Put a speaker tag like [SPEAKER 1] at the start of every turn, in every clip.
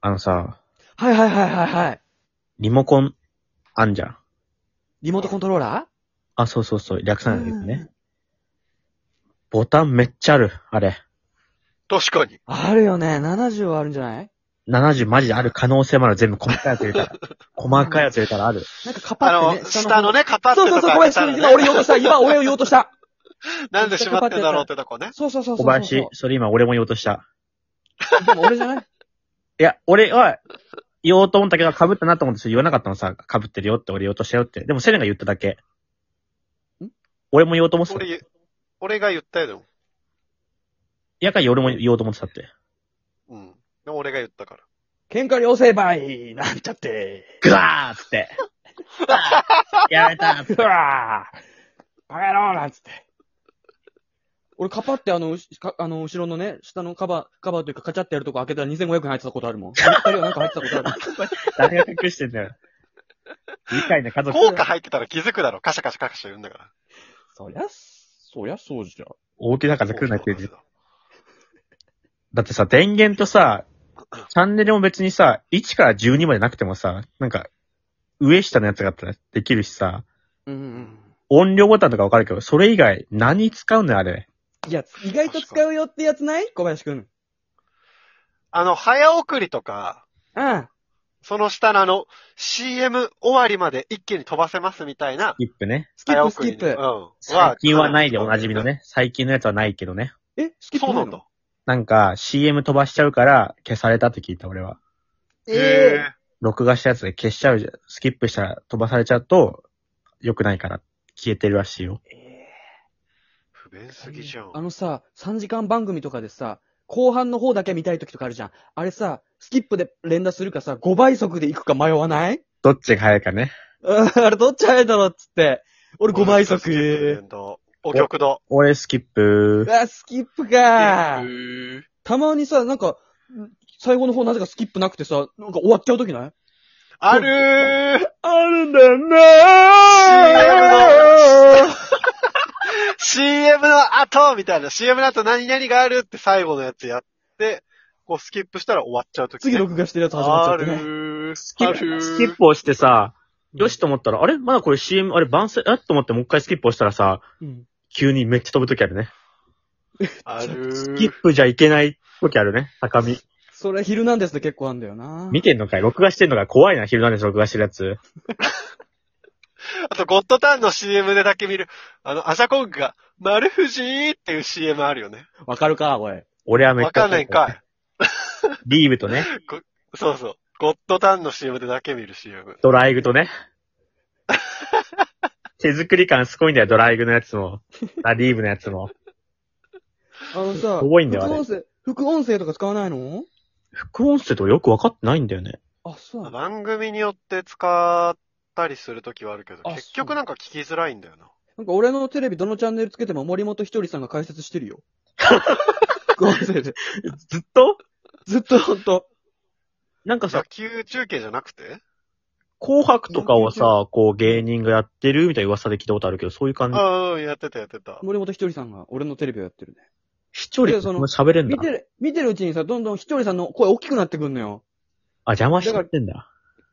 [SPEAKER 1] あのさ、
[SPEAKER 2] はいはいはいはいはい。
[SPEAKER 1] リモコン、あんじゃん。
[SPEAKER 2] リモートコントローラ
[SPEAKER 1] あ、そうそうそう、略
[SPEAKER 2] ー
[SPEAKER 1] さないけどね。。ボタンめっちゃある、あれ。
[SPEAKER 3] 確かに。
[SPEAKER 2] あるよね。70はあるんじゃない
[SPEAKER 1] 70マジである可能性もある、全部細かいやつ入れた ら。細かいやつ入れたらある。
[SPEAKER 2] なんかカパ
[SPEAKER 3] あ
[SPEAKER 2] って、ね、
[SPEAKER 3] の、下の
[SPEAKER 2] ね。
[SPEAKER 3] ね、カパって
[SPEAKER 2] そうそうそ
[SPEAKER 3] と
[SPEAKER 2] う、
[SPEAKER 3] か
[SPEAKER 2] ご
[SPEAKER 3] あ
[SPEAKER 2] めん、
[SPEAKER 3] った
[SPEAKER 2] それ
[SPEAKER 3] らね
[SPEAKER 2] 今俺言おうとした。今俺を言おうとした。
[SPEAKER 3] なんで閉まってんだろうってとこね。
[SPEAKER 2] そうそうそうそう。
[SPEAKER 1] 小林、それ今俺も言おうとした。
[SPEAKER 2] でも俺じゃない
[SPEAKER 1] いや、俺は、言おうと思ったけど、被ったなと思って、それ言わなかったのさ、被ってるよって俺言おうとしたよって。でもセレンが言っただけ。俺も言おうと思ってた。
[SPEAKER 3] 俺、俺が言ったよ、でも。
[SPEAKER 1] やかに俺も言おうと思ってたって。
[SPEAKER 3] うん。でも俺が言ったから。
[SPEAKER 2] 喧嘩両成敗なんちゃって。
[SPEAKER 1] ぐわーっつっ て。やられたーっつっ
[SPEAKER 2] う
[SPEAKER 1] て。
[SPEAKER 2] わーバカ野郎なんつって。俺カパってあの、うしかあの、後ろのね、下のカバー、カバーというかカチャってやるとこ開けたら2500円入ってたことあるもん。あれなんか入ってたことある。
[SPEAKER 1] 誰が隠してんだよ。愉快な家族。
[SPEAKER 3] 効果入ってたら気づくだろ。カシャカシャカシャ言うんだか
[SPEAKER 2] そりゃ、そりゃそうじゃ。
[SPEAKER 1] 大きな
[SPEAKER 3] ら。
[SPEAKER 1] 風来るなって言う
[SPEAKER 3] そう
[SPEAKER 1] だってさ、電源とさ、チャンネルも別にさ、1から12までなくてもさ、なんか、上下のやつがあったらできるしさ、
[SPEAKER 2] うんう。
[SPEAKER 3] そうん
[SPEAKER 1] 音量ボタンとかわかるけど、それ以外何使うのよ、あれ。
[SPEAKER 2] いや、意外と使うよってやつない小林くん。うん。
[SPEAKER 3] あの、早送りとか、
[SPEAKER 2] あ
[SPEAKER 3] その下のあの、CM 終わりまで一気に飛ばせますみたいな。
[SPEAKER 1] キップね。
[SPEAKER 2] スキップ、
[SPEAKER 3] 早
[SPEAKER 2] スキ
[SPEAKER 3] 送り
[SPEAKER 2] ップ
[SPEAKER 3] う。ん。
[SPEAKER 1] 最近はないでおなじみの。ね。最近のやつはないけどね。
[SPEAKER 2] え、スキップ
[SPEAKER 3] そう
[SPEAKER 2] な
[SPEAKER 3] ないん
[SPEAKER 2] の
[SPEAKER 3] だ。
[SPEAKER 1] なんか、CM 飛ばしちゃうから、消されたって聞いた、俺は。
[SPEAKER 2] ええ
[SPEAKER 1] 録画したやつで消しちゃうじゃん。スキップしたら飛ばされちゃうと、良くないから、消えてるらしいよ。
[SPEAKER 3] 不便すぎじゃん。
[SPEAKER 2] あのさ、3時間番組とかでさ、後半の方だけ見たい時とかあるじゃん。あれさ、スキップで連打するかさ、5倍速で行くか迷わない
[SPEAKER 1] どっちが早いかね。
[SPEAKER 2] うんあれどっち早いだろうっつって。俺5倍速。
[SPEAKER 3] お極度。
[SPEAKER 1] 俺、スキップ
[SPEAKER 2] うわ、スキップか
[SPEAKER 3] う。ー
[SPEAKER 2] たまにさ、なんか、最後の方なぜかスキップなくてさ、なんか終わっちゃう時ない
[SPEAKER 3] あるー
[SPEAKER 2] あるんだよな
[SPEAKER 3] CM の後みたいな、CM の後何々があるって最後のやつやって、こうスキップしたら終わっちゃうとき、
[SPEAKER 2] 次録画してるやつ始まっちゃ
[SPEAKER 3] あ
[SPEAKER 2] ってね。
[SPEAKER 3] るー。
[SPEAKER 1] スキ
[SPEAKER 3] あ
[SPEAKER 1] ッ
[SPEAKER 3] る
[SPEAKER 1] プ、
[SPEAKER 3] ー
[SPEAKER 1] スキップ押してさ、よしと思ったら、あれまだこれ CM、あれ番宣、あと思ってもう一回スキップ押したらさ、
[SPEAKER 2] うん
[SPEAKER 1] 急にめっちゃ飛ぶときあるね。
[SPEAKER 3] ある
[SPEAKER 1] スキ
[SPEAKER 3] ー
[SPEAKER 1] ッ。プじゃいけないときあるね。高み。
[SPEAKER 2] それ、ヒルナンデスで結構あんだよな。
[SPEAKER 1] 見てんのかい録画してんのかい怖いな、昼なんです録画してるやつ。
[SPEAKER 3] あと、ゴッドタンの CM でだけ見る、あの、アシャコングが、丸藤ーっていう CM あるよね。
[SPEAKER 2] わかるか、おい。
[SPEAKER 1] 俺はめっちゃ。
[SPEAKER 3] わかんないんか
[SPEAKER 1] リーブとね、
[SPEAKER 3] い。そうそう。ゴッドタンの CM でだけ見る CM。
[SPEAKER 1] ドライグとね。手作り感すごいんだよ、ドライグのやつも。あ、リーブのやつも。
[SPEAKER 2] あのさ、
[SPEAKER 1] 多いんだよあ
[SPEAKER 2] 副
[SPEAKER 1] れ
[SPEAKER 2] 音声、副音声とか使わないの
[SPEAKER 1] 副音声とかよくわかってないんだよね。
[SPEAKER 2] あ、そうなんだ。
[SPEAKER 3] 番組によって使ったりするときはあるけど、
[SPEAKER 2] あ
[SPEAKER 3] 結局なんか聞きづらいんだよな。
[SPEAKER 2] なんか俺のテレビどのチャンネルつけても森本ひとりさんが解説してるよ。副音声で。
[SPEAKER 1] ずっと
[SPEAKER 2] ずっとほんと。
[SPEAKER 1] なんかさ
[SPEAKER 3] 野、球中継じゃなくて
[SPEAKER 1] 紅白とかをさ、こう芸人がやってるみたいな噂で聞いたことあるけど、そういう感じ。
[SPEAKER 3] ああ、やってたやってた。
[SPEAKER 2] 森本ひとりさんが俺のテレビをやってるね。
[SPEAKER 1] 視聴率
[SPEAKER 2] でその
[SPEAKER 1] も喋れんだ
[SPEAKER 2] 見。てる、見てるうちにさ、どんどんひとりさんの声大きくなってくんのよ。
[SPEAKER 1] あ、邪魔しちゃってんだ。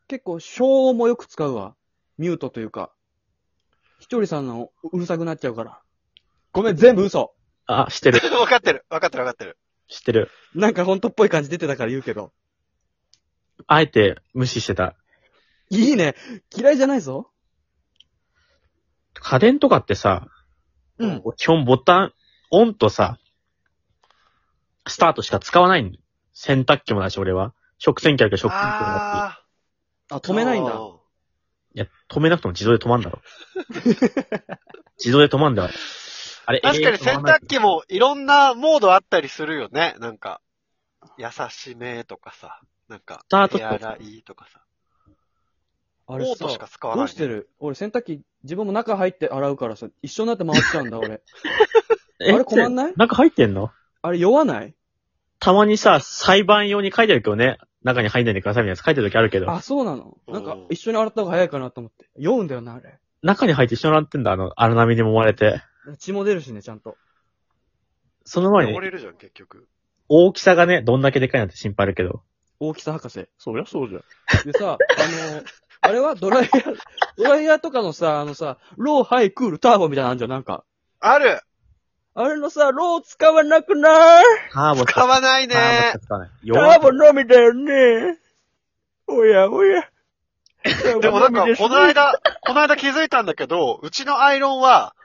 [SPEAKER 2] 結構、消音もよく使うわ。ミュートというか。ひとりさんのうるさくなっちゃうから。ごめん、全部嘘。
[SPEAKER 1] あ、知ってる。
[SPEAKER 3] わかってる。わかってるわかってる。
[SPEAKER 1] 知ってる。
[SPEAKER 2] なんかほんとっぽい感じ出てたから言うけど。
[SPEAKER 1] あえて無視してた。
[SPEAKER 2] いいね。嫌いじゃないぞ。
[SPEAKER 1] 家電とかってさ、
[SPEAKER 2] うん。
[SPEAKER 1] 基本ボタン、オンとさ、スタートしか使わないん洗濯機もだし、俺は。食洗機あるけど食洗機もだ
[SPEAKER 3] あ
[SPEAKER 2] あ、
[SPEAKER 3] ー
[SPEAKER 2] 止めないんだ。
[SPEAKER 3] そう
[SPEAKER 1] し。いや、止めなくても自動で止まんだろ。自動で止まんだろ。あれ、
[SPEAKER 3] 確かに洗濯機もいろんなモードあったりするよね。なんか、優しめとかさ、なんか
[SPEAKER 1] スター、ト
[SPEAKER 3] 手洗いとかさ、
[SPEAKER 2] あ
[SPEAKER 3] オ
[SPEAKER 2] れ
[SPEAKER 3] ー
[SPEAKER 2] さ
[SPEAKER 3] トしか使わ
[SPEAKER 2] ど
[SPEAKER 3] な
[SPEAKER 2] う
[SPEAKER 3] い
[SPEAKER 2] して
[SPEAKER 3] ね。
[SPEAKER 2] る俺洗濯機、自分も中入って洗うからさ、一緒になって回っちゃうんだ、俺。
[SPEAKER 1] え
[SPEAKER 2] あれ困んない
[SPEAKER 1] なんか入ってんの
[SPEAKER 2] あれ酔わない
[SPEAKER 1] たまにさ、裁判用に書いてあるけどね、中に入んないでくださいみたいなやつ書いてる時あるけど、
[SPEAKER 2] あ、そうなのなんか
[SPEAKER 3] うん、
[SPEAKER 2] 一緒に洗った方が早いかなと思って。酔うんだよな、あれ。
[SPEAKER 1] 中に入って一緒になってんだ、あの、荒波に揉まれて。
[SPEAKER 2] 血も出るしね、ちゃんと。
[SPEAKER 1] その前に
[SPEAKER 3] 汚、れるじゃん、結局。
[SPEAKER 1] 大きさがね、どんだけでかいなんて心配あるけど、
[SPEAKER 2] 大きさ博士。
[SPEAKER 4] そりゃそうじゃん。
[SPEAKER 2] で さ、あの、あれはドライヤー、ドライヤーとかのさ、あのさ、ロー、ハイ、クール、ターボみたいなのあんじゃん、なんか。
[SPEAKER 3] ある
[SPEAKER 2] あれのさ、ロー使わなくない
[SPEAKER 1] ターボ
[SPEAKER 3] 使わないね
[SPEAKER 1] ターボしか使わない。
[SPEAKER 2] タ
[SPEAKER 1] 弱い
[SPEAKER 2] ーボのみだよね。おやおや。
[SPEAKER 3] でもなんか、この間、この間気づいたんだけど、うちのアイロンは、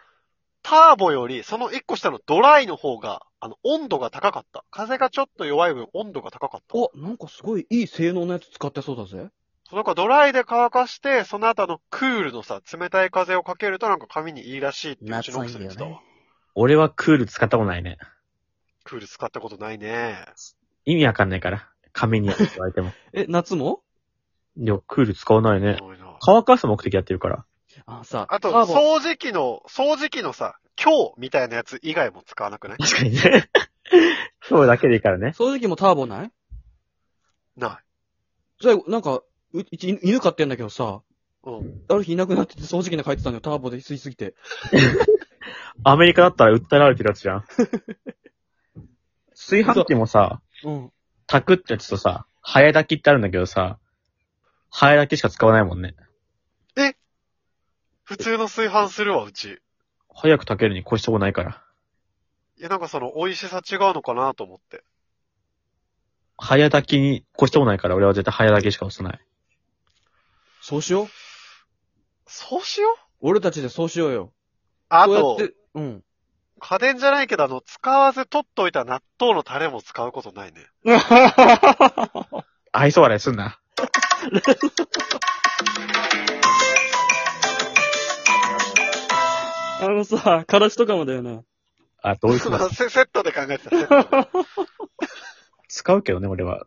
[SPEAKER 3] ターボより、その一個下のドライの方が、あの、温度が高かった。風がちょっと弱い分、温度が高かった。
[SPEAKER 2] お、なんかすごいいい性能のやつ使ってそうだぜ。
[SPEAKER 3] そうなんかドライで乾かして、その後あの、クールのさ、冷たい風をかけるとなんか髪にいいらしいって、うちの奥さん言ってたわ。
[SPEAKER 1] 俺はクール使ったことないね。
[SPEAKER 3] クール使ったことないね。
[SPEAKER 1] 意味わかんないから。髪に言われても。
[SPEAKER 2] え、夏も
[SPEAKER 1] いや、クール使わないね。
[SPEAKER 3] 多いな
[SPEAKER 1] 乾かす目的やってるから。
[SPEAKER 2] あ、さ、タ
[SPEAKER 3] あと、
[SPEAKER 2] ーボ、
[SPEAKER 3] 掃除機の、掃除機のさ、今日みたいなやつ以外も使わなくない
[SPEAKER 1] 確かにね。そうだけでいいからね。
[SPEAKER 2] 掃除機もターボない
[SPEAKER 3] な
[SPEAKER 2] じゃあ、なんか、ううち犬飼ってんだけどさ、
[SPEAKER 3] い。うん。
[SPEAKER 2] ある日いなくなってて掃除機に帰ってたのよ、ターボで吸いすぎて。
[SPEAKER 1] アメリカだったら訴えられてるやつじゃん。炊飯器もさ、
[SPEAKER 2] うん。
[SPEAKER 1] 炊くってやつとさ、早炊きってあるんだけどさ、早炊きしか使わないもんね。
[SPEAKER 3] 普通の炊飯するわ、うち。
[SPEAKER 1] 早く炊けるに越したことないから。
[SPEAKER 3] いや、なんかその、美味しさ違うのかなと思って。
[SPEAKER 1] 早炊きに越したことないから、俺は絶対早炊きしか押さない。
[SPEAKER 2] そうしよう。
[SPEAKER 3] そうしよう
[SPEAKER 2] 俺たちでそうしようよ。
[SPEAKER 3] あ
[SPEAKER 2] そう
[SPEAKER 3] と
[SPEAKER 2] やっ、て、 うん。
[SPEAKER 3] 家電じゃないけど、あの、使わず取っといた納豆のタレも使うことないね。
[SPEAKER 1] 愛想笑いすんな。
[SPEAKER 2] あのさ、形とかもだよね。
[SPEAKER 1] あ、どういうこ
[SPEAKER 3] セ
[SPEAKER 1] とだ
[SPEAKER 3] セットで考えてた。セットで
[SPEAKER 1] 使うけどね、俺は。